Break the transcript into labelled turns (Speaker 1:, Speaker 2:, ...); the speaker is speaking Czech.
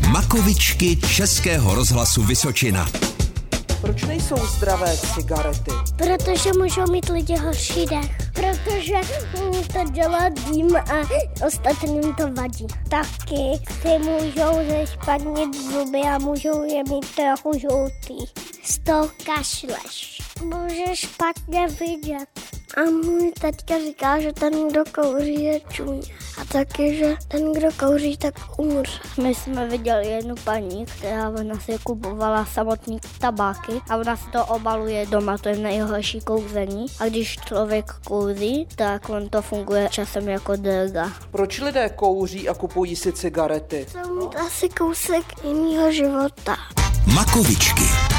Speaker 1: Vlakovičky Českého rozhlasu Vysočina.
Speaker 2: Proč nejsou zdravé cigarety?
Speaker 3: Protože můžou mít lidi horší dech. Protože mm, to dělá dým a ostatním to vadí. Taky si můžou zešpadnit zuby a můžou je mít trochu žlutý. Z toho kašleš. Může špatně vidět. A můj teďka říká, že ten, kdo kouří, je čuně. A taky, že ten, kdo kouří, tak umře.
Speaker 4: My jsme viděli jednu paní, která ona si kupovala samotný tabáky a ona si to obaluje doma, to je nejhorší kouzení. A když člověk kouří, tak on to funguje časem jako droga.
Speaker 2: Proč lidé kouří a kupují si cigarety?
Speaker 3: Jsou mít asi kousek jiného života.
Speaker 1: Makovičky.